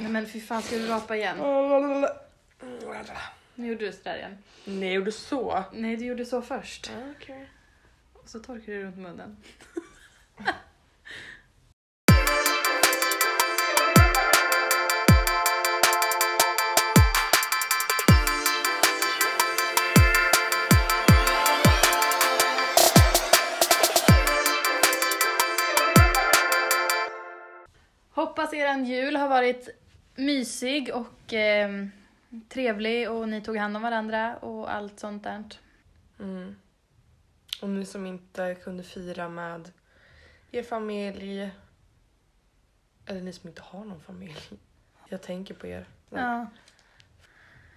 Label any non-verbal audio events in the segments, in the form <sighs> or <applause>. Nej men fy fan, ska du rapa igen? Nu gjorde du sådär igen. Nej, jag gjorde så. Nej, du gjorde så först. Okej. Och så torkar du runt munnen. Hoppas eran jul har varit mysig och ehm, trevlig och ni tog hand om varandra och allt sånt där. Mm. Och ni som inte kunde fira med er familj, eller ni som inte har någon familj. Jag tänker på er. Ja.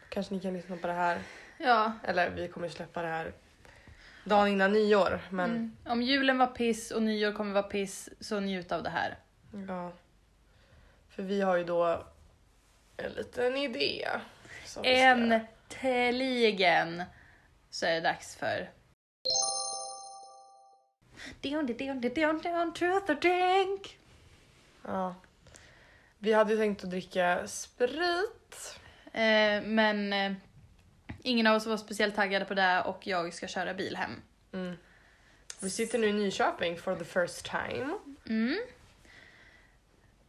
Kanske ni kan lyssna på det här, ja. eller vi kommer släppa det här dagen innan nyår. Men Mm. Om julen var piss och nyår kommer vara piss, så njut av det här. ja. För vi har ju då en liten idé. som vi ska göra. Äntligen så är det dags för... Down, down, down, down, truth or drink. Ja. Vi hade ju tänkt att dricka sprit. Eh, men eh, ingen av oss var speciellt taggade på det och jag ska köra bil hem. Mm. Vi sitter nu i Nyköping for the first time. Mm.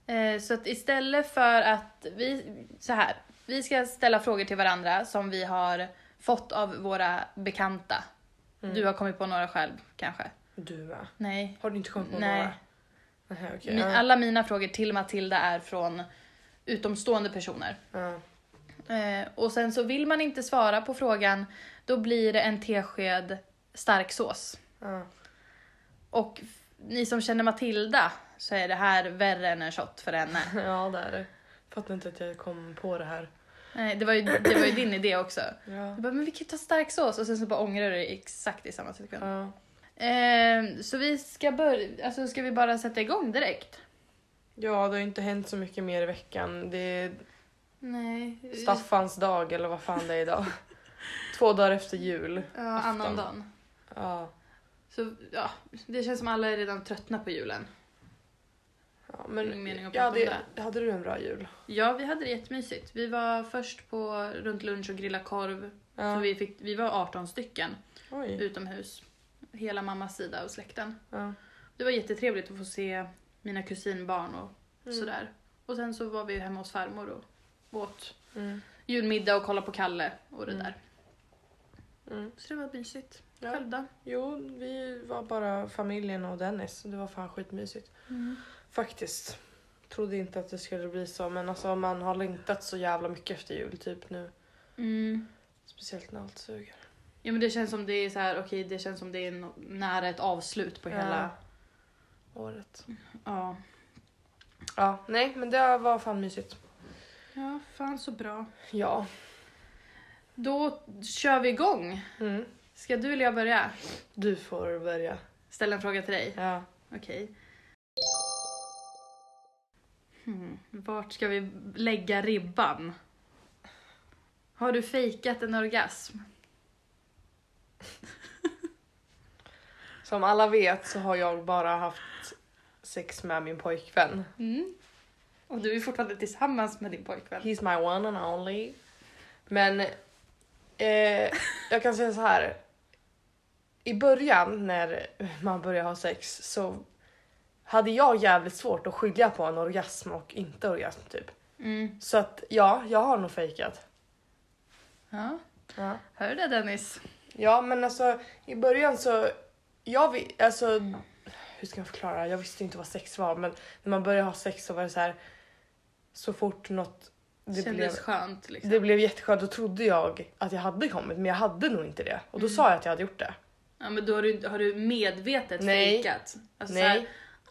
Eh, så att istället för att vi, så här, vi ska ställa frågor till varandra som vi har fått av våra bekanta. Mm. Du har kommit på några själv kanske? Du va? Nej. Har du inte kommit på Nej. några? Nej. okej. Mi- ja. alla mina frågor till Matilda är från utomstående personer. Ja. Eh, och sen så vill man inte svara på frågan, då blir det en tesked starksås. Ja. Och f- ni som känner Matilda så är det här värre än en shot för henne. ja, det är det. Fattar inte att jag kom på det här. Nej, Eh, det var ju, det var ju din idé också. Ja. Jag bara, men vi kan ju ta starksås och sen så bara ångrar du dig exakt i samma sekund. Ja. Eh, så vi ska börja, alltså ska vi bara sätta igång direkt? ja, det har ju inte hänt så mycket mer i veckan. Det är Nej. Staffans dag eller vad fan det <laughs> är idag. Två dagar efter jul. Ja, annan dagen. Ja. Så ja, det känns som alla är redan tröttna på julen. ja Ingen men mening att ja, prata om det, hade du en bra jul? Ja, vi hade det jättemysigt. Vi var först på runt lunch och grilla korv. Ja. Mm. Så vi, Mm. fick, vi var 18 stycken Oj. utomhus. Hela mammas sida och släkten. Ja. Det var jättetrevligt att få se mina kusinbarn och Mm. sådär. Och sen så var vi hemma hos farmor och åt Mm. julmiddag och kollade på Kalle och det Mm. där. Mm. Så det var mysigt. Ja. Själv då? Jo, vi var bara familjen och Dennis. Det var fan skitmysigt. Faktiskt. Trodde inte att det skulle bli så men alltså man har längtat så jävla mycket efter jul typ nu. Mm. Speciellt när allt suger. Ja men det känns som det är så här, okej det känns som det är nå- nära ett avslut på hela... året. Ja. Ja, nej men det var fan mysigt. Ja, fan så bra. Ja. Då kör vi igång. Mm. Ska du eller jag börja? Du får börja. Ställa en fråga till dig. Ja. Okej. Hmm. Vart ska vi lägga ribban? Har du fejkat en orgasm? Som alla vet så har jag bara haft sex med min pojkvän. Mm. Och du är fortfarande tillsammans med din pojkvän. He's my one and only. Men eh, jag kan säga så här. I början när man börjar ha sex så hade jag jävligt svårt att skilja på en orgasm och inte orgasm typ. Mm. Så att ja, jag har nog fejkat. Ja. Ja. Hör du det Dennis? ja men alltså i början så, jag vi, alltså hur ska jag förklara? Jag visste inte vad sex var men när man började ha sex så var det så här så fort något Det det kändes blev- skönt liksom. Det blev jätteskönt, då trodde jag att jag hade kommit men jag hade nog inte det. Och då Mm. sa jag att jag hade gjort det. Ja men då har du, har du medvetet Nej. fejkat? Alltså nej, såhär,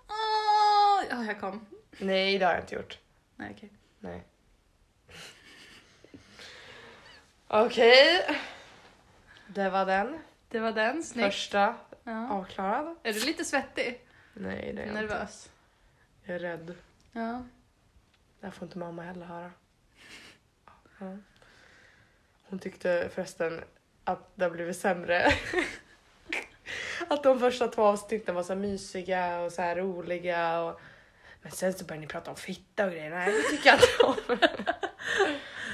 åh, ja jag kom. nej det har jag inte gjort. Nej okej. Nej. <laughs> Okej. Det var den. Det var den, snyggt. Första Ja. avklarad. Är du lite svettig? Nej det är jag inte. Nervös? Jag är rädd. Ja. Det här får inte mamma heller höra. Ja. Hon tyckte förresten att det har blivit sämre. <laughs> Att de första två avsnitten var så här mysiga och så här roliga och Men sen så började ni prata om fitta och grejer. Nej, det tycker jag inte om. Det tycker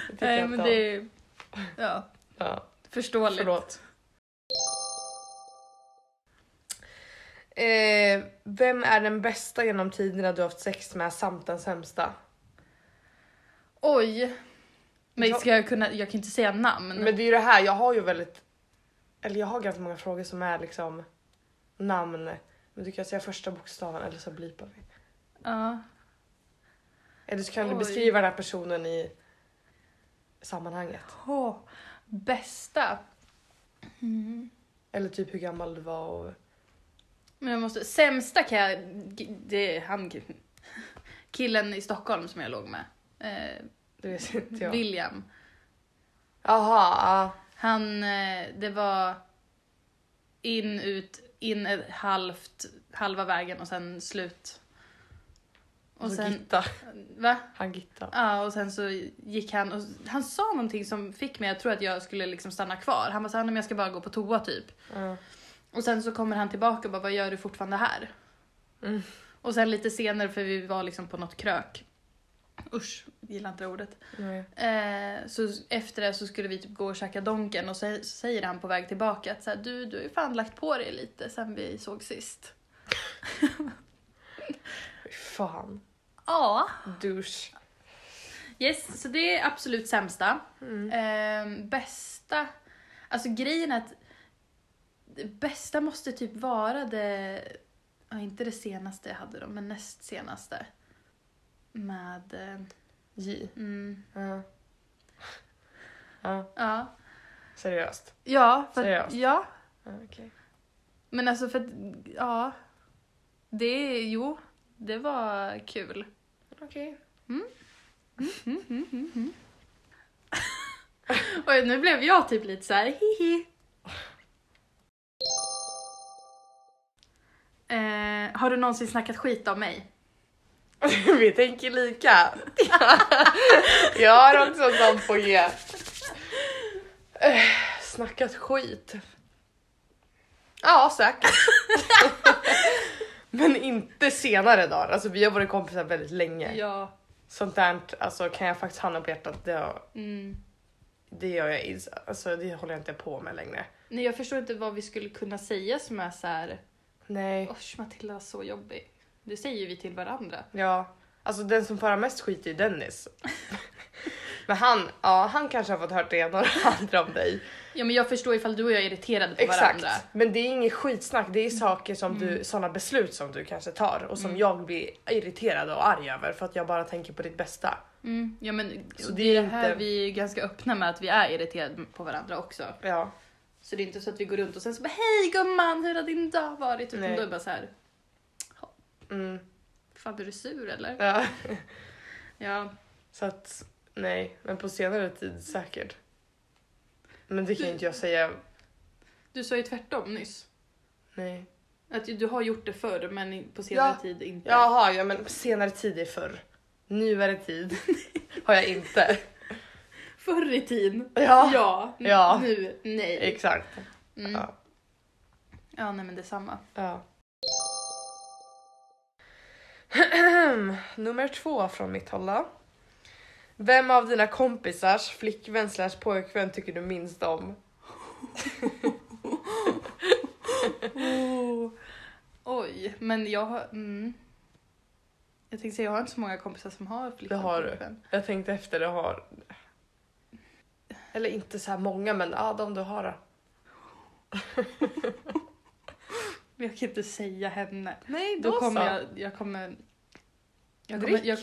jag Nej inte men om. det är ja, Ja, förståeligt. förlåt. Eh, vem är den bästa genom tiderna du har haft sex med samt den sämsta? Oj. Men Ja. ska jag kunna, jag kan inte säga namn. Men det är ju det här, jag har ju väldigt... Eller jag har ganska många frågor som är liksom namn. Men du kan säga första bokstaven eller så blipar vi. Ja. Eller så kan du Oj. beskriva den här personen i sammanhanget. Åh, bästa. Mm. Eller typ hur gammal du var och... Men jag måste, sämsta kan jag, det är han killen i Stockholm som jag låg med. Eh, Det vet inte jag. William. Jaha, ja. Han, eh, det var in, ut, in ett halvt, halva vägen och sen slut. Och sen, Alltså Gitta. va? Han Gitta. Ja, och sen så gick han och han sa någonting som fick mig att tro att jag skulle liksom stanna kvar. Han var såhär, "Nej, men jag ska bara gå på toa typ. Ja. Och sen så kommer han tillbaka och bara, vad gör du fortfarande här? Mm. Och sen lite senare, för vi var liksom på något krök. Usch, gillar inte det ordet. Nej. Eh, så efter det så skulle vi typ gå och käka Donken och så, så säger han på väg tillbaka att så här, du, du har ju fan lagt på dig lite sen vi såg sist. Fy Fan. Ja. Douche. Yes, så det är absolut sämsta. Mm. Eh, bästa, alltså grejen är att det bästa måste typ vara det, ja inte det senaste jag hade då, men näst senaste. Med, eh, J. mm, Ja. Ja, ja. seriöst. Ja, för att, Seriöst? ja. Ja, okej. Men alltså för att, ja. Det, jo, det var kul. Okej. Oj, nu blev jag typ lite så här hihi. Eh, har du någonsin snackat skit om mig? <laughs> Vi tänker lika. <laughs> jag har också en sån på G. Eh, Snackat skit. Ja, säkert. <laughs> Men inte senare dagar. Alltså vi har varit kompisar väldigt länge. Ja. Sånt där alltså, kan jag faktiskt handen på hjärtat, det, har- Mm. det gör jag is- alltså, det håller jag inte på med längre. Nej, jag förstår inte vad vi skulle kunna säga som är så här. Nej. Usch, Matilda var så jobbig. Det säger ju vi till varandra. Ja, alltså den som får mest skit är ju <laughs> Dennis. Men han, ja, han kanske har fått hört det ena och det andra om dig. Ja, men jag förstår ifall du och jag är irriterade på Exakt. varandra. Men det är inget skitsnack, det är saker som du, sådana beslut som du kanske tar och som jag blir irriterad och arg över för att jag bara tänker på ditt bästa. Mm. Ja, men Så det det är är det här inte- vi är ganska öppna med att vi är irriterade på varandra också. Ja, Så det är inte så att vi går runt och sen så bara hej gumman, hur har din dag varit? Utan Nej. då är det bara så här, mm, fan är du sur eller? ja. Ja. så att nej, men på senare tid säkert. Men det kan ju inte jag säga. Du sa ju tvärtom nyss. Nej. Att du har gjort det förr men i- på senare Ja. tid inte. Jaha, ja men senare tid är förr. Nu är det tid. <laughs> har jag inte. Förr i tiden. Ja. Ja. N- Ja. Nu. Nej. Exakt. Mm. Ja. Ja nej men detsamma. Ja. <clears throat> Nummer två från mitt håll då. Vem av dina kompisars flickvän slash pojkvän tycker du minst om? Oh. Oj, men jag har... Mm. Jag tänkte säga jag har inte så många kompisar som har flickvän. har du. pojkvän. Jag tänkte efter det har... Eller inte så här många men ja, de du har då. Men jag kan inte säga henne. Nej, Då kommer jag... Jag kommer... Jag kommer Drick. jag,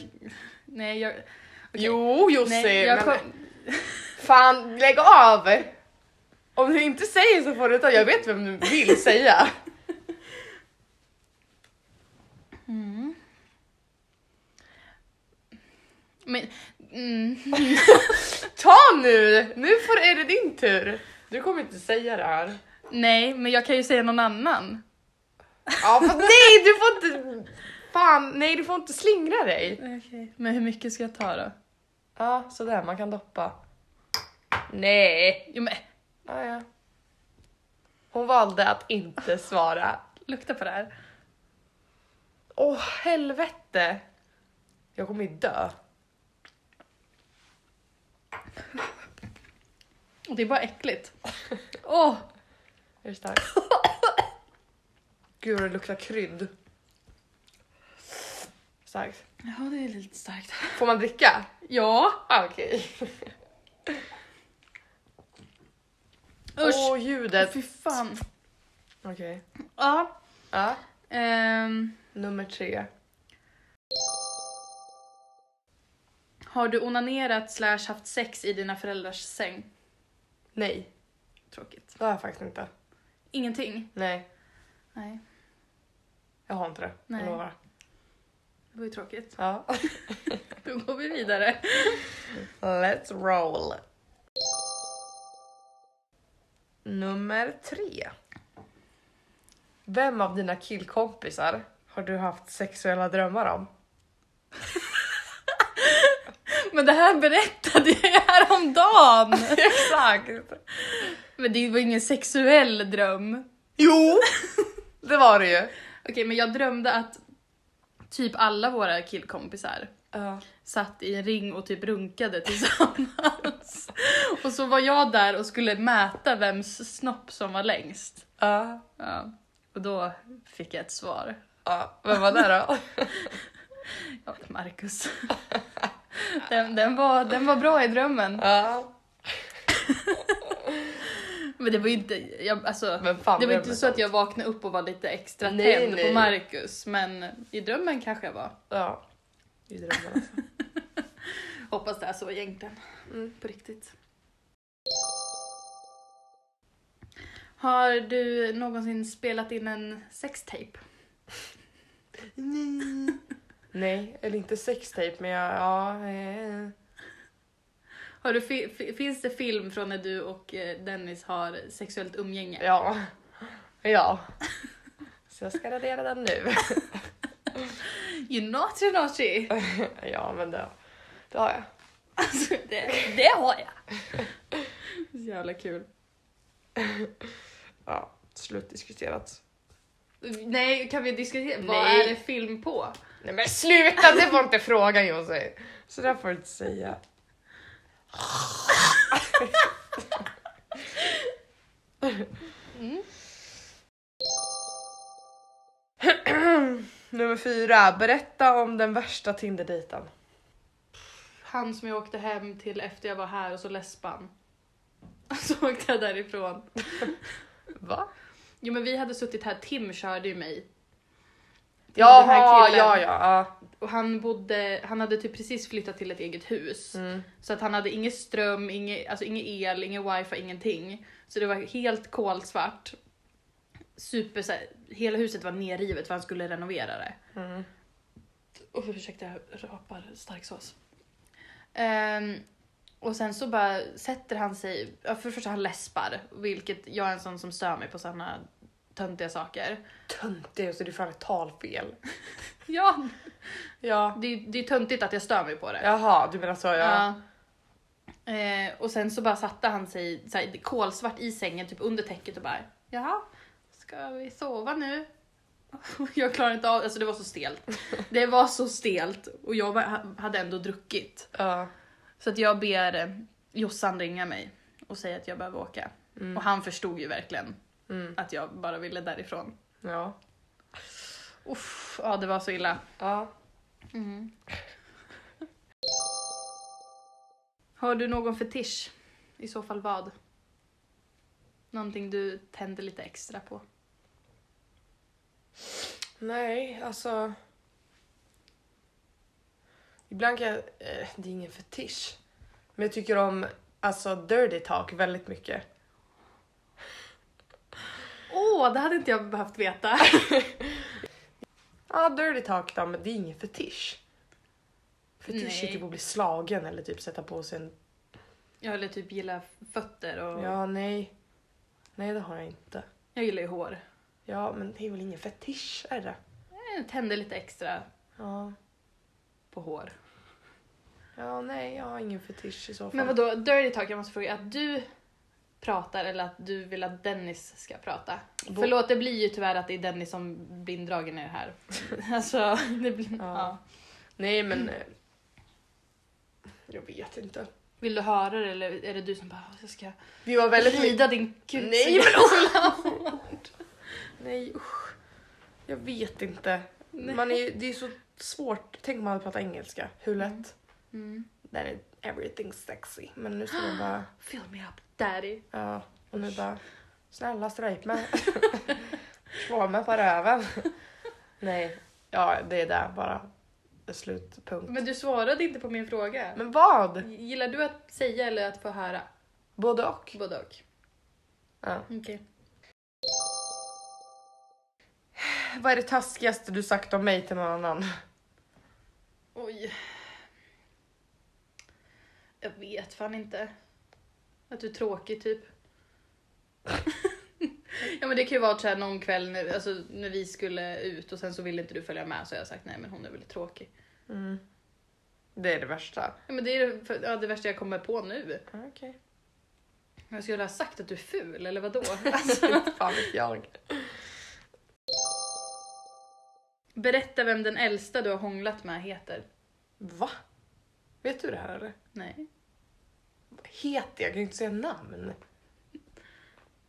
nej jag... okej. Jo Jossi! Nej, jag men- kom, Fan lägg av! Om du inte säger så får du ta, jag vet vem du vill säga. Mm. Men, mm. Ta nu! Nu får, är det din tur. Du kommer inte säga det här. Nej, men jag kan ju säga någon annan. Ja, fast <laughs> nej du får inte... Fan, nej du får inte slingra dig. Men hur mycket ska jag ta då? Ja, sådär man kan doppa. Nej. Jo, men, Ja, ja. Hon valde att <laughs> inte svara. lukta på det här. Åh helvete. Jag kommer ju dö. Och det är bara äckligt. Åh! Är det <laughs> starkt? Gud vad det luktar krydd. Starkt. <laughs> Ja, det är lite starkt. Får man dricka? Ja! Ah, Okej. Usch! Åh ljudet. Fy fan. Okej. Ja. Ja. Ehm, Nummer tre. har du onanerat slash haft sex i dina föräldrars säng? Nej, Tråkigt. det har jag faktiskt inte. Ingenting? Nej, Nej, jag har inte det. Nej. Jag lovar. det var ju tråkigt. Ja. <laughs> Då går vi vidare. Let's roll. Nummer tre. Vem av dina killkompisar har du haft sexuella drömmar om? <laughs> Men det här berättade jag häromdagen! Exakt! Men det var ingen sexuell dröm. Jo! <laughs> Det var det ju. Okej, men jag drömde att typ alla våra killkompisar satt i en ring och typ runkade tillsammans. och så var jag där och skulle mäta vems snopp som var längst. Ja. Ja. Och då fick jag ett svar. Ja. Vem var det <laughs> då? Ja, <laughs> Marcus. den, den, var, den var bra i drömmen. Ja. Men det var ju inte, jag, alltså, Vem fan det var blev inte så att jag vaknade upp och var lite extra Nej, tänd på nej. Marcus. Men i drömmen kanske jag var. Ja. I drömmen alltså. <laughs> Hoppas det är så egentligen. Mm. På riktigt. Har du någonsin spelat in en sextape? Nej. Nej, eller inte sextape men jag, ja. eh. Har du fi- fi- finns det film från när du och eh, Dennis har sexuellt umgänge? Ja. Ja. Så jag ska radera den nu. You naughty naughty! Ja men det, det har jag. Alltså, det, det har jag! Så jävla kul. Ja, slutdiskuterat. Nej, kan vi diskutera? Vad Nej. är det film på? Nej men sluta, det var inte frågan Jossi. Så där får du inte säga. Mm. Nummer fyra, berätta om den värsta Tinder-dejten. Han som jag åkte hem till efter jag var här och så läspan. Så åkte jag därifrån. Va? Jo men vi hade suttit här, Tim körde ju mig. Till den här Jaha, killen. ja ja. ja. Och han bodde, han hade typ precis flyttat till ett eget hus. Mm. Så att han hade ingen ström, ingen, alltså ingen el, ingen wifi, ingenting. Så det var helt kolsvart. Super, så här, hela huset var nerrivet för han skulle renovera det. Mm. Oh, ursäkta, jag rapar starksås. Ehm, och sen så bara sätter han sig, ja, för det första han läspar, vilket jag är en sån som stör mig på såna töntiga saker. Töntig, Jossi, det är fan ett talfel. Ja, Ja. det, är- det är töntigt att jag stör mig på det. Jaha, du menar så ja. Ja. Eh, och sen så bara satte han sig så här, kolsvart i sängen, typ under täcket och bara Jaha, ska vi sova nu? <laughs> Jag klarar inte av alltså det var så stelt. Det var så stelt och jag var, ha- hade ändå druckit. ja. Så att jag ber eh, Jossan ringa mig och säga att jag behöver åka. Mm. Och han förstod ju verkligen Mm. att jag bara ville därifrån. Ja. Uff, ja det var så illa. Ja. Har du någon fetisch? I så fall vad? Någonting du tänder lite extra på? Nej, alltså. Ibland kan jag, eh, det är ingen fetisch. Men jag tycker om alltså dirty talk väldigt mycket. Åh, det hade inte jag behövt veta. Ja, dirty talk då, men det är ingen fetisch. Fetisch Nej. är typ att bli slagen eller typ sätta på sig en... Jag eller typ gilla fötter och... Ja, nej. Nej, det har jag inte. Jag gillar ju hår. Ja, men det är väl ingen fetisch, är det? Jag tänder lite extra Ja. på hår. Ja, nej, jag har ingen fetisch i så fall. Men vadå, dirty talk, jag måste fråga. Att du pratar eller att du vill att Dennis ska prata? Bo- Förlåt, <laughs> det blir ju tyvärr att det är Dennis som blir indragen i det här. alltså, det blir... Ja. Ja. Nej men... eh, Jag vet inte. Vill du höra det eller är det du som bara jag ska Vi var väldigt... rida din kuk? Nej men alltså- <laughs> oh! Nej usch. Jag vet inte. Nej. Man är, ju- det är så svårt. Tänk om man hade pratat engelska. Hur lätt? Mm. Mm. Then it, everything's sexy. Men nu ska man bara... Fill me up daddy. Ja. Och nu bara... Snälla <laughs> stryp mig. Slå mig på röven. Nej. Ja det är där bara. Slutpunkt. Men du svarade inte på min fråga. Men vad? Gillar du att säga eller att få höra? Både och. Både och. Ja. Okej. <sighs> Vad är det taskigaste du sagt om mig till någon annan? Oj. Jag vet fan inte. Att du är tråkig typ. <laughs> ja men det kan ju vara så här någon kväll när, alltså, när vi skulle ut och sen så ville inte du följa med så har jag sagt nej men hon är väl tråkig. Mm. Det är det värsta. Ja, men det är det, för- ja, det värsta jag kommer på nu. Okej. Okay. Jag skulle ha sagt att du är ful eller vadå? <laughs> Alltså, Fan vet jag. berätta vem den äldsta du har hånglat med heter. Va? Vet du det här eller? Nej. Heter jag? kan ju inte säga namn.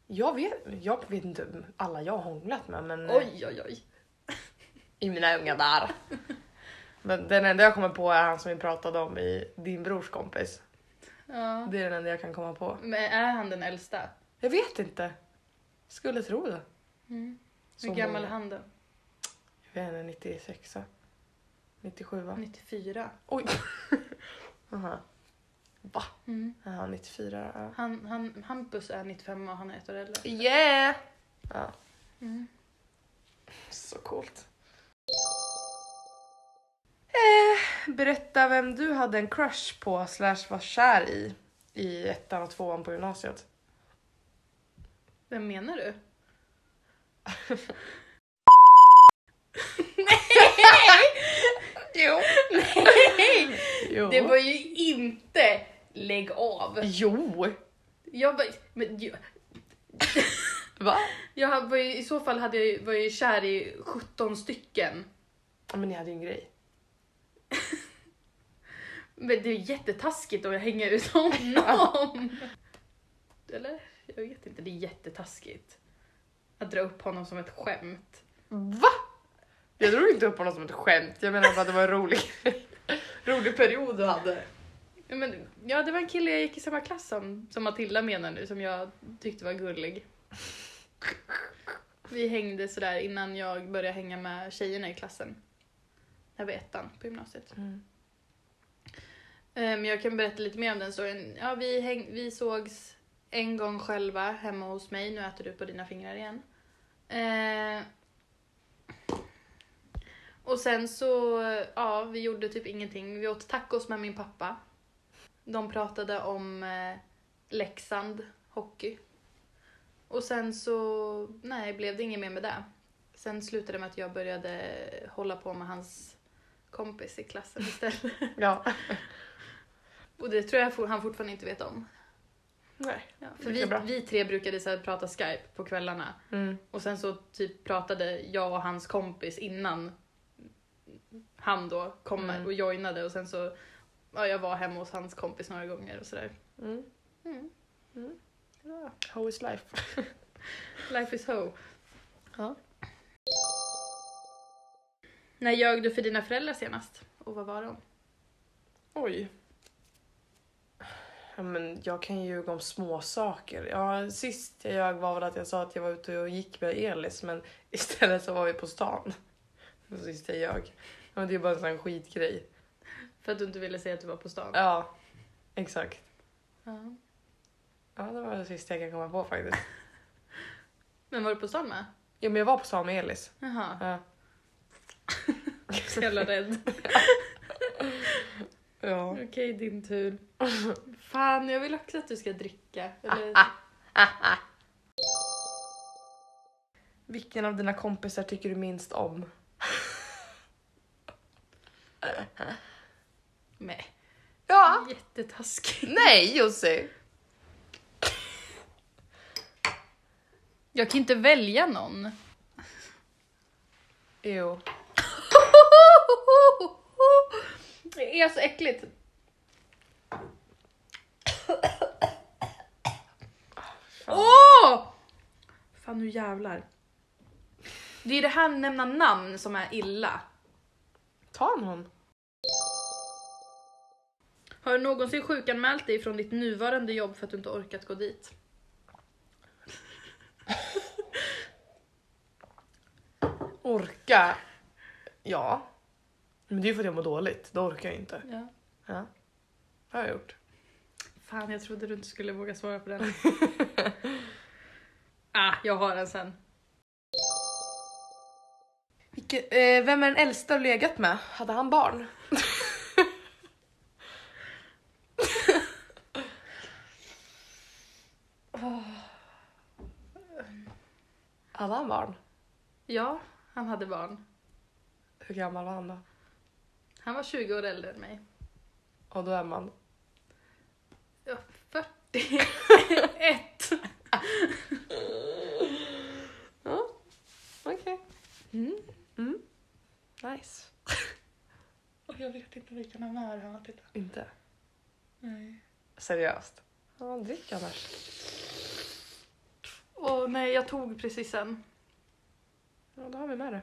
Jag vet, jag vet inte om alla jag har hånglat med men eh, Oj oj oj. i mina unga dagar. <laughs> Men den enda jag kommer på är han som vi pratade om i din brors kompis. Ja. Det är den enda jag kan komma på. Men är han den äldsta? Jag vet inte. Skulle tro det. Så Hur gammal många. är han då? Jag vet inte, 96 97 va? 94. Oj! Aha. Va? Mm. Ja, 94 ja. Han, han, Hampus är 95 och han är ett år äldre. Yeah! Mm. Ja. Så coolt. Eh, berätta vem du hade en crush på slash var kär i i ettan och tvåan på gymnasiet. Vem menar du? <laughs> Jo. Nej! jo. Det var ju inte lägg av. Jo! Jag var, men, jag, Va? jag var ju, I så fall hade jag, ju- var jag ju kär i 17 stycken. Ja, men ni hade ju en grej. Men det är ju jättetaskigt att hänga ut honom. <laughs> Eller? Jag vet inte, det är jättetaskigt. Att dra upp honom som ett skämt. Va? Jag drog inte upp honom som ett skämt. Jag menar bara att det var en rolig, <laughs> rolig period du hade. Men, ja, det var en kille jag gick i samma klass som, som Matilda menar nu, som jag tyckte var gullig. Vi hängde sådär innan jag började hänga med tjejerna i klassen. När jag var i ettan på gymnasiet. Mm. Eh, Men jag kan berätta lite mer om den storyn. Ja, vi, häng, vi sågs en gång själva hemma hos mig. Nu äter du på dina fingrar igen. Eh, och sen så, ja, vi gjorde typ ingenting. Vi åt tacos med min pappa. De pratade om eh, Leksand hockey. Och sen så, nej, blev det inget mer med det. Sen slutade det med att jag började hålla på med hans kompis i klassen istället. Ja. Och det tror jag for, han fortfarande inte vet om. Nej. för lika vi, bra. vi tre brukade så här prata Skype på kvällarna Mm. och sen så typ pratade jag och hans kompis innan han då kom Mm. och joinade och sen så ja, jag var hemma hos hans kompis några gånger och sådär. Mm. Mm. Mm. Ja, How is life? Life is ho. Ja. När ljög du för dina föräldrar senast? Och vad var de? Oj. Ja, men jag kan ju ljuga om små saker. Ja, sist jag ljög var väl att jag sa att jag var ute och gick med Elis men <laughs> istället så var vi på stan. Det var sist jag ljög. Ja, men det är bara en sån skitgrej. För att du inte ville säga att du var på stan? Ja, exakt. Ja. Ja, det var det sista jag kan komma på faktiskt. Men var du på stan med? Ja, men jag var på stan med Elis. Jaha, Ja. så jävla rädd. ja. Okej, din tur. <laughs> Ah, Fan, jag vill också att du ska dricka. Eller... <laughs> Vilken av dina kompisar tycker du minst om? Nej, Ah. Ja! jättetaskigt. Nej Jussi! <laughs> Jag kan inte välja någon. Jo. Det är så äckligt. Åh! Fan nu jävlar. Det är ju det här nämna namn som är illa. Ta han hon? Har du någonsin sjukanmält dig från ditt nuvarande jobb för att du inte orkat gå dit? Orka? Ja. Men det är ju för att jag mår dåligt, då orkar jag inte. Ja. Ja. Det har jag gjort. Fan, jag trodde du inte skulle våga svara på <laughs> den. ah, jag har den sen. eh, vem är den äldsta du legat med? Hade han <laughs> barn? Hade han barn? Ja, han hade barn. Hur gammal var han då? Han var 20 år äldre än mig. Och då är man... Ja, <laughs> 41. Ja, okej. Mm. Nice. jag vet inte vilken han är. Han var Inte? Nej. Seriöst? Ja, vad dricker han här? Åh nej, jag tog precis en. Ja, då har vi med det.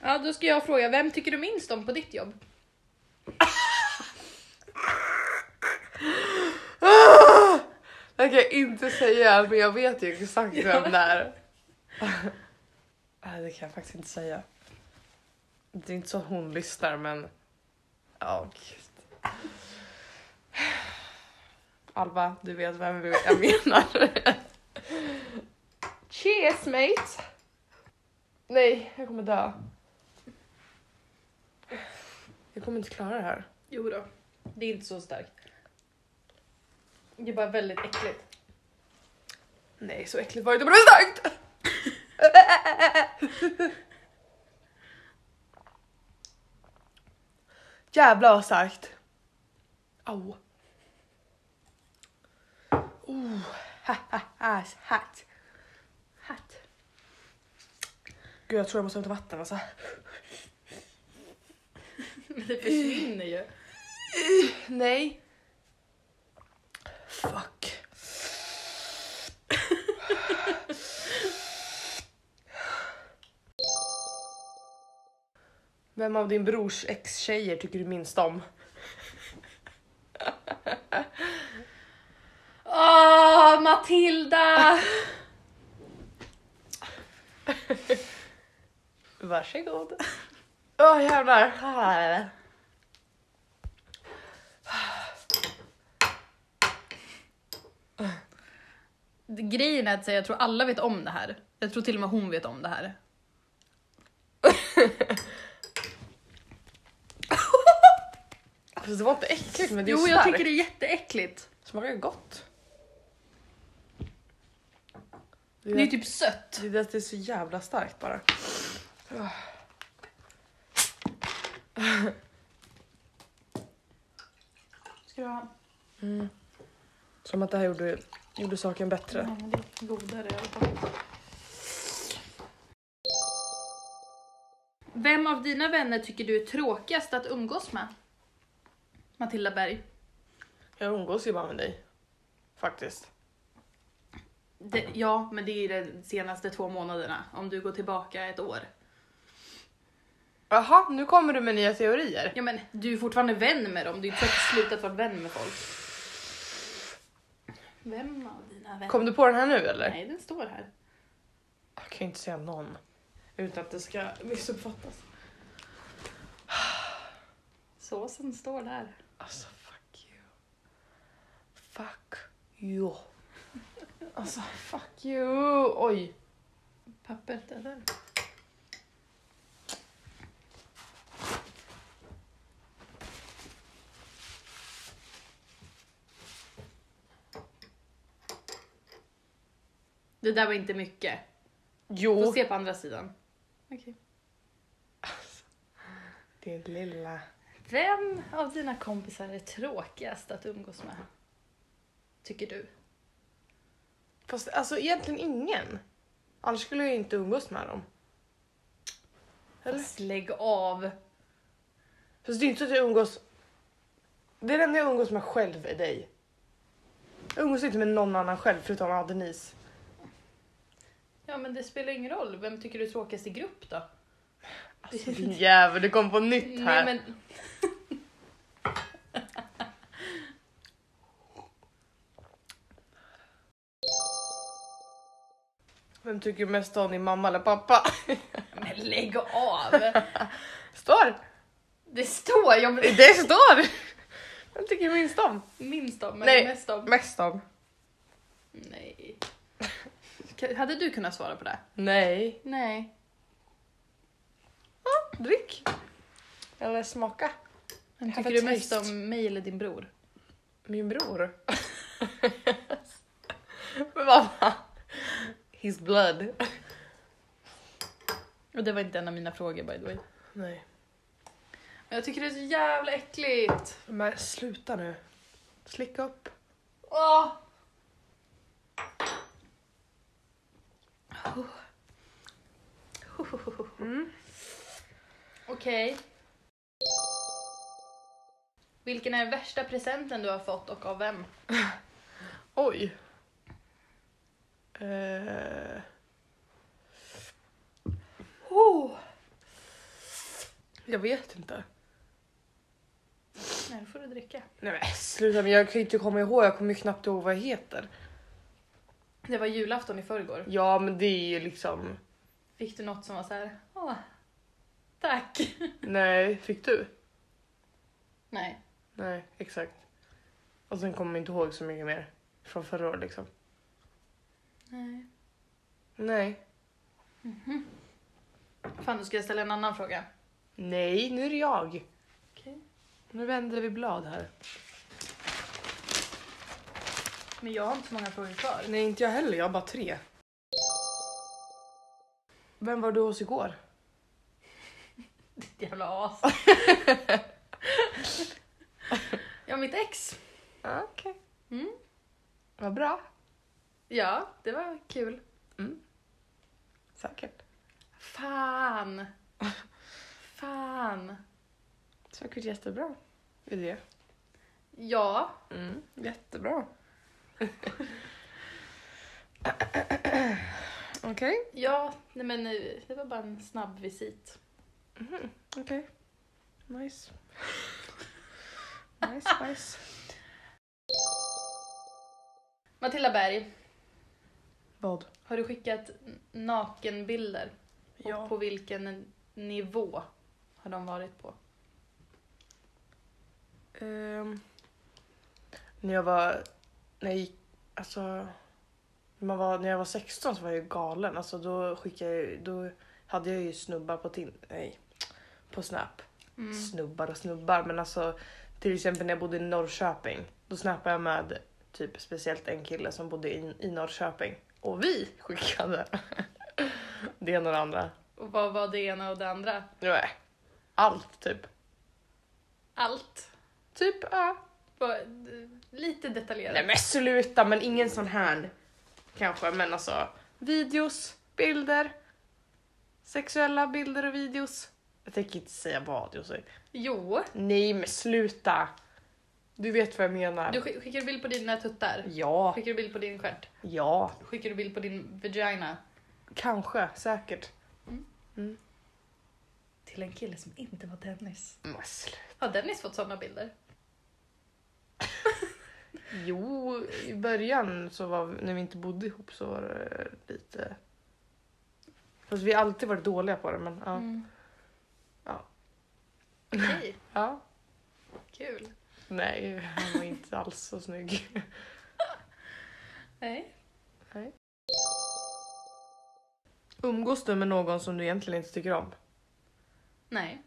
Ja, då ska jag fråga, vem tycker du minst om på ditt jobb? Det kan jag Ah! inte säga, men jag vet ju exakt vem det är. <laughs> Nej, det kan jag faktiskt inte säga. Det är inte så att hon lyssnar, men... Ja, gud. <sighs> Alva, du vet vem vi- jag menar. Cheers, mate! Nej, jag kommer dö. Jag kommer inte klara det här. <laughs> Jo då. det är inte så starkt. Det är bara väldigt äckligt. Nej, så äckligt var det inte, men det var starkt! Jävlar vad starkt. Au. Oh, ha, ha, ha, hatt. Hatt. Gud, jag tror jag måste hämta vatten alltså. Men det försvinner ju. Nej. Fuck. Vem av din brors ex-tjejer tycker du minst om? Åh, Matilda! Varsågod. Åh jävlar. Här. Grejen är att säga, jag tror alla vet om det här. Jag tror till och med hon vet om det här. Fast det var inte äckligt men det är Jo, starkt. jag tycker det är jätteäckligt. smakar gott. Det är ju typ sött. Det är det att det är så jävla starkt bara. Ska du ha? Som att det här gjorde, gjorde saken bättre. Ja, men det är godare i alla fall. Vem av dina vänner tycker du är tråkigast att umgås med? Matilda Berg. Jag umgås ju bara med dig. Faktiskt. Det, ja, men det är ju de senaste två månaderna. Om du går tillbaka ett år. Jaha, nu kommer du med nya teorier. Ja, men du är ju fortfarande vän med dem. Du är ju inte så att du slutat vara vän med folk. Vem av dina vänner? Kom du på den här nu eller? Nej, den står här. Jag kan ju inte säga någon. Utan att det ska missuppfattas. Såsen står där. Alltså fuck you. Fuck <laughs> you. Alltså fuck you. Oj. Pappret är där. Det där var inte mycket. Jo. Få se på andra sidan. Okej. Din lilla. Vem av dina kompisar är tråkigast att umgås med? Tycker du? Fast alltså egentligen ingen. Annars skulle jag ju inte umgås med dem. Eller? Fast lägg av. Fast det är ju inte så att jag umgås... Det är den jag umgås med själv är dig. Jag umgås inte med någon annan själv förutom ja, Denise. Ja men det spelar ingen roll. Vem tycker du är tråkigast i grupp då? <laughs> Alltså, din jävel, du kom på nytt Nej här. men... Vem tycker du mest om, din mamma eller pappa? men lägg av! Står! Det står! Jag blir Det står! Vem tycker du minst om? minst om, men Nej. mest om. Mest om? Nej. Ka- Hade du kunnat svara på det? Nej. Nej. Drick. Eller smaka. Men Have tycker a du mest taste. om mig eller din bror? Min <laughs> bror. Men mamma. His blood. Och det var inte en av mina frågor by the way. Nej. Men jag tycker det är så jävla äckligt. Men sluta nu. Slicka upp. Åh! Mm. Okej. Vilken är den värsta presenten du har fått och av vem? Oj. Eh, Oh. jag vet inte. Nej, då får du dricka. Nej men sluta, men jag kan ju inte komma ihåg. Jag kommer ju knappt ihåg vad jag heter. Det var julafton i förrgår. Ja men det är ju liksom. Fick du något som var så här? Åh, tack. Nej, fick du? Nej. Nej, exakt. Och sen kommer jag inte ihåg så mycket mer från förra året liksom. Nej. Nej. Fan, nu ska jag ställa en annan fråga. Nej, nu är det jag. Okej. Nu vänder vi blad här. Men jag har inte så många frågor kvar. Nej, inte jag heller. Jag har bara tre. Vem var du hos igår? Ditt jävla as. <laughs> ja, mitt ex. Ah, Okej. Mm. Vad bra. Ja, det var kul. Säkert. Fan. Fan. Säkert jättebra. Är det? Ja, Mm. <clears throat> Jättebra. Okej. ja, nej men eh, det var bara en snabb visit. Mhm. Okej. Nice. <laughs> Nice, nice. Matilda Berg, Vad? har du skickat n- nakenbilder? Och Ja. på vilken nivå har de varit på? Ehm, när jag var... När jag gick... Alltså... När, man var, när jag var 16 så var jag ju galen. Alltså då skickade jag ju- Då hade jag ju snubbar på tin, Nej. På Snap. Mm. Snubbar och snubbar. Men alltså till exempel när jag bodde i Norrköping. Då snappade jag med typ speciellt en kille som bodde i, i Norrköping. Och vi skickade. <laughs> det ena och det andra. Och vad var det ena och det andra? Det var allt typ. Allt. Typ ja. Bara, eh, lite detaljerat. Nej men sluta, men ingen sån här kanske, men alltså videos, bilder, sexuella bilder och videos. Jag tänker inte säga vad jag säger. Jo, Nej men sluta! Du vet vad jag menar. du skick- skickar du bild på dina tuttar? Ja, Skickar du bild på din stjärt? ja, Skickar du bild på din vagina? kanske, säkert. Till en kille som inte var Dennis. Men sluta. Har Dennis fått sådana bilder? Jo, i början så var vi, när vi inte bodde ihop så var det lite... Fast vi har alltid varit dåliga på det men ja. Mm. Ja. Okej, ja. kul. Nej, han var inte alls så snygg. Nej. Umgås du med någon som du egentligen inte tycker om? Nej.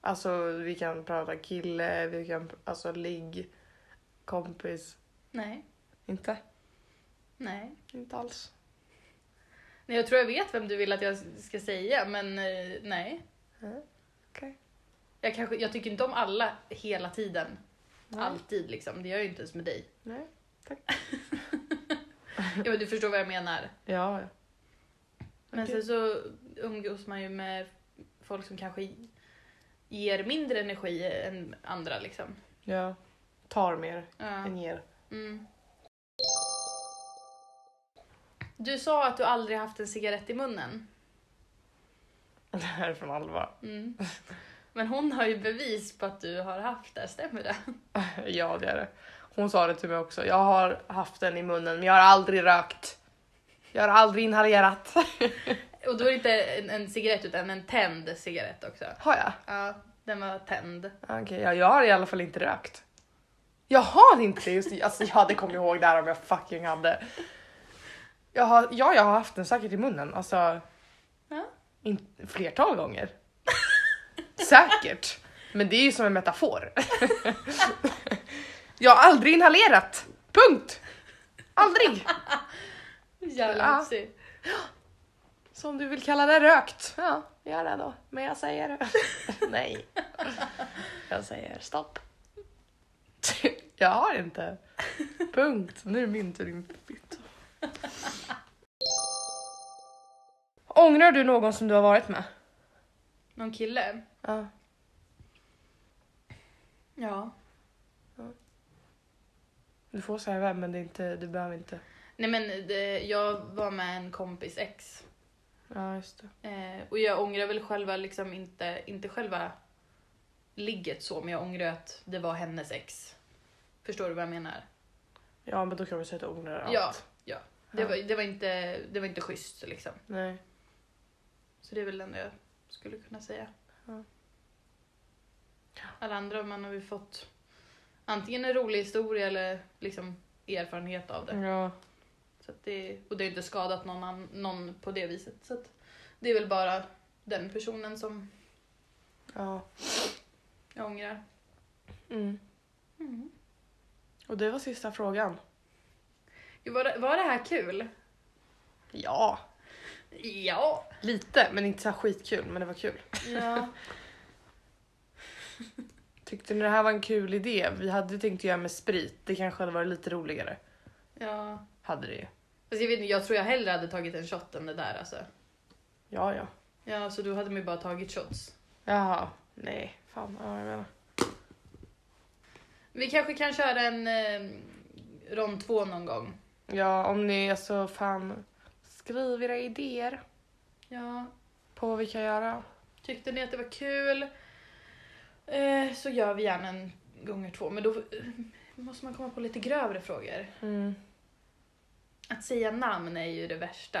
Alltså vi kan prata kille, vi kan alltså ligg, kompis. Nej. Inte? Nej. Inte alls. Nej. Jag tror jag vet vem du vill att jag ska säga, men eh, nej. Okej. Jag, kanske, jag tycker inte om alla hela tiden. Nej. Alltid liksom. Det gör jag ju inte ens med dig. Nej. <laughs> Ja, men du förstår vad jag menar. Ja, ja. Men Okej. sen så umgås man ju med folk som kanske ger mindre energi än andra liksom. Ja. Tar mer Ja. än ger. Mm. Du sa att du aldrig haft en cigarett i munnen. <laughs> Det här är från Alva. Mm. Men hon har ju bevis på att du har haft det, stämmer det? Ja, det är det. Hon sa det till mig också. Jag har haft den i munnen, men jag har aldrig rökt. Jag har aldrig inhalerat. Och då är det inte en, en cigarett utan en tänd cigarett också. Har jag? Ja, den var tänd. Okej, ja, jag har i alla fall inte rökt. Jag har inte just det. Alltså jag hade kommit ihåg det här om jag fucking hade. Jag har, ja, jag har haft den säkert i munnen. Alltså Ja. in, flertal gånger. säkert. Men det är ju som en metafor. <laughs> jag har aldrig inhalerat. Punkt. Aldrig. Jävla Ja. mysig. Så om du vill kalla det rökt. Ja, gör det då. Men jag säger <laughs> nej. Jag säger stopp. <laughs> Jag har inte. Punkt. Nu är det min tur din fitta. Ångrar du någon som du har varit med? Någon kille? Ja. Ja. Du får säga vem men det är inte, du behöver inte. Nej men det, jag var med en kompis ex. Ja, just det. Eh, och jag ångrar väl själva, liksom inte, inte själva ligget så, men jag ångrar att det var hennes ex. Förstår du vad jag menar? Ja, men då kan vi säga att du ångrar allt. Ja. Det Ja. var, det var, inte, det var inte schysst liksom. Nej. Så det är väl det enda jag skulle kunna säga. Ja. Alla andra man har ju fått antingen en rolig historia eller liksom erfarenhet av det. Ja. Så att det och det har ju inte skadat någon, ann- någon på det viset. Så att det är väl bara den personen som Ja. jag ångrar. Mm. Mm. Och det var sista frågan. Jo, Var, det, var det här kul? Ja. Ja. Lite, men inte så här skitkul. Men det var kul. ja. Tyckte ni det här var en kul idé? Vi hade tänkt göra med sprit. Det kanske hade varit lite roligare. Ja. Hade det ju. Fast jag, vet, inte, jag tror jag hellre hade tagit en shot än det där alltså. Ja, ja. Ja, så då hade man ju bara tagit shots. Jaha. Nej. Fan, ja, jag menar. Vi kanske kan köra en eh, rond två någon gång. Ja, om ni är så fan. Skriv era idéer Ja, på vad vi kan göra. tyckte ni att det var kul eh, så gör vi gärna en gånger två. Men då eh, måste man komma på lite grövre frågor. Mm. Att säga namn är ju det värsta,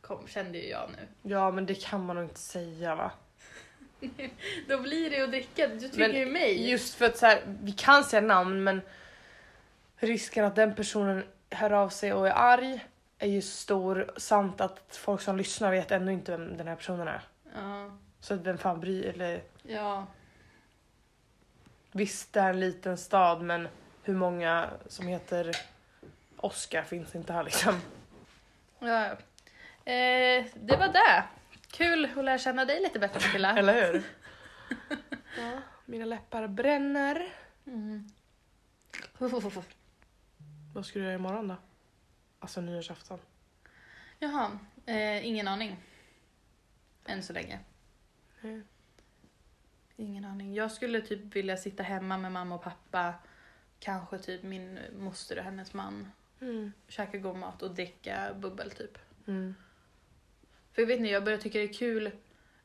kom, kände ju jag nu. Ja, men det kan man nog inte säga va? Då blir det ju att dricka, du tvingar Men ju mig. Just för att så här, vi kan säga namn men risken att den personen hör av sig och är arg är ju stor samt att folk som lyssnar vet ändå inte vem den här personen är. Ja, Så att vem fan bryr eller ja, Visst, det är en liten stad, men hur många som heter Oscar finns inte här liksom. <laughs> ja. Eh, det var det. Kul att lära känna dig lite bättre Matilda. Eller <laughs> hur? ja, mina läppar bränner. Mm. Vad ska du göra imorgon då? Alltså nyårsafton. Jaha, eh, ingen aning. Än så länge. Mm. Ingen aning. Jag skulle typ vilja sitta hemma med mamma och pappa, kanske typ min moster och hennes man, Mm. käka god mat och dricka bubbel typ. För jag vet inte, jag börjar tycka det är kul.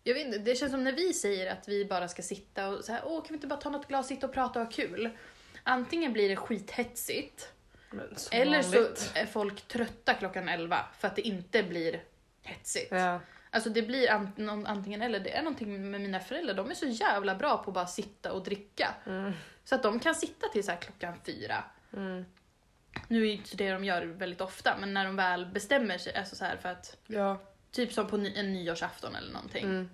Jag vet inte, det känns som när vi säger att vi bara ska sitta och så här, åh kan vi inte bara ta något glas, sitta och prata och ha kul? Antingen blir det skithetsigt, Men som eller vanligt. så är folk trötta klockan 11 för att det inte blir hetsigt. Ja. Alltså det blir ant- någon- antingen eller. Det är någonting med mina föräldrar, de är så jävla bra på att bara sitta och dricka. Mm. Så att de kan sitta till så här klockan fyra. Mm. Nu är ju inte det de gör väldigt ofta, men när de väl bestämmer sig, alltså så här för att Ja. typ som på ny- en nyårsafton eller någonting. Mm.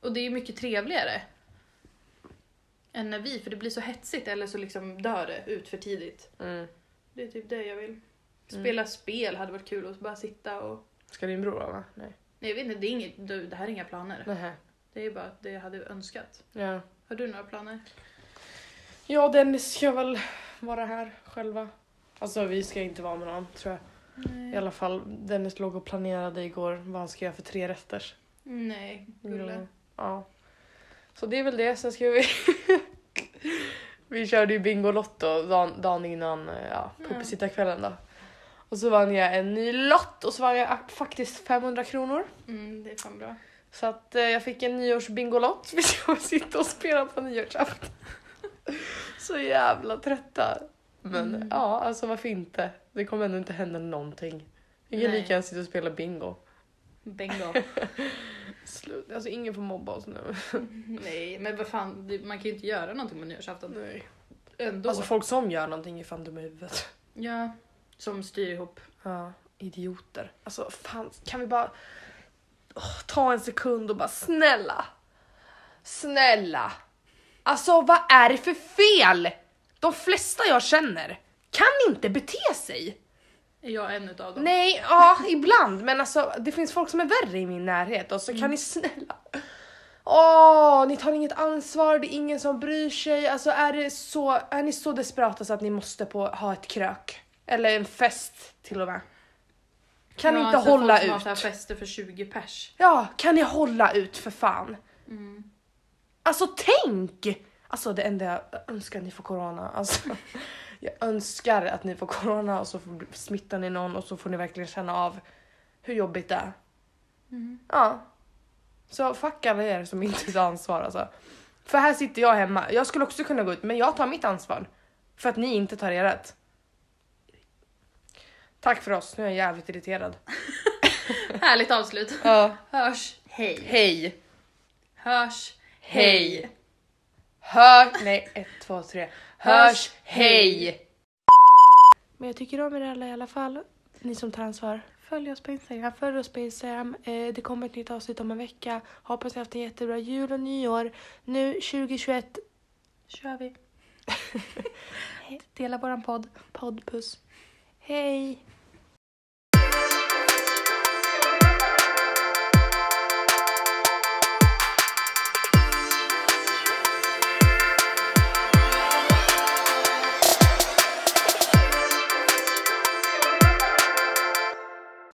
Och det är mycket trevligare än när vi, för det blir så hetsigt eller så liksom dör det ut för tidigt. Mm. Det är typ det jag vill. Spela spel hade varit kul och bara sitta och... Ska din bror vara med? Nej. Nej jag vet inte, det, är inget, du, det här är inga planer. Nähä. Det är bara att det jag hade önskat. Ja. Har du några planer? Jag och Dennis ska väl vara här själva. Alltså vi ska inte vara med någon tror jag. I Nej. alla fall, Dennis låg och planerade igår vad han ska göra för tre rätter. Mm. Nej, Gulle. Ja. Så det är väl det. Sen ska vi... <laughs> vi körde ju Bingolotto dagen, dagen innan eh, ja, Mm. puppesittarkvällen då. Och så vann jag en ny lott och så vann jag ak- faktiskt 500 kronor. Mm, det är fan bra. Så att eh, jag fick en nyårsbingolott. <laughs> Vi ska sitta och spela på nyårsafton. <laughs> så jävla trötta. Men Mm. ja, alltså varför inte? Det kommer ändå inte hända någonting. Vi kan Nej. lika gärna sitta och spela bingo. Bingo. Slut. Alltså ingen får mobba oss nu. <laughs> Nej, men vad fan, det- man kan ju inte göra någonting på nyårsafton. Nej. Ändå. Alltså folk som gör någonting är fan dumma i huvudet. Ja, som styr ihop. Ja, idioter. Alltså fan, kan vi bara Åh, ta en sekund och bara snälla. Snälla. Alltså vad är det för fel? De flesta jag känner kan inte bete sig. Är jag en utav dem? Nej, ja ibland men alltså det finns folk som är värre i min närhet och så Mm. kan ni snälla. Åh, ni tar inget ansvar, det är ingen som bryr sig. Alltså är, det så, är ni så desperata så att ni måste på, ha ett krök? Eller en fest till och med. Kan ni Ja, inte alltså, hålla folk som har ut? så här fester för 20 pers. Ja, kan ni hålla ut för fan? Alltså tänk! Alltså det enda jag önskar ni får corona. Alltså, jag önskar att ni får corona och så får- smittar ni någon och så får ni verkligen känna av hur jobbigt det är. Ja. Så fuck alla er som inte tar ansvar alltså. För här sitter jag hemma. Jag skulle också kunna gå ut men jag tar mitt ansvar. För att ni inte tar ert. Tack för oss, nu är jag jävligt irriterad. Härligt avslut. Ja. Hörs. Hej. Hej! Hörs. Hej. Hör... Nej, ett, två, tre. Hörs, hej! Men jag tycker om er alla i alla fall. Ni som tar ansvar. Följ oss på Instagram, följ oss på Instagram. Eh, det kommer ett nytt avsnitt om en vecka. Hoppas ni har haft en jättebra jul och nyår. Nu 2021, Kör vi. Dela våran podd. poddpuss. Hej!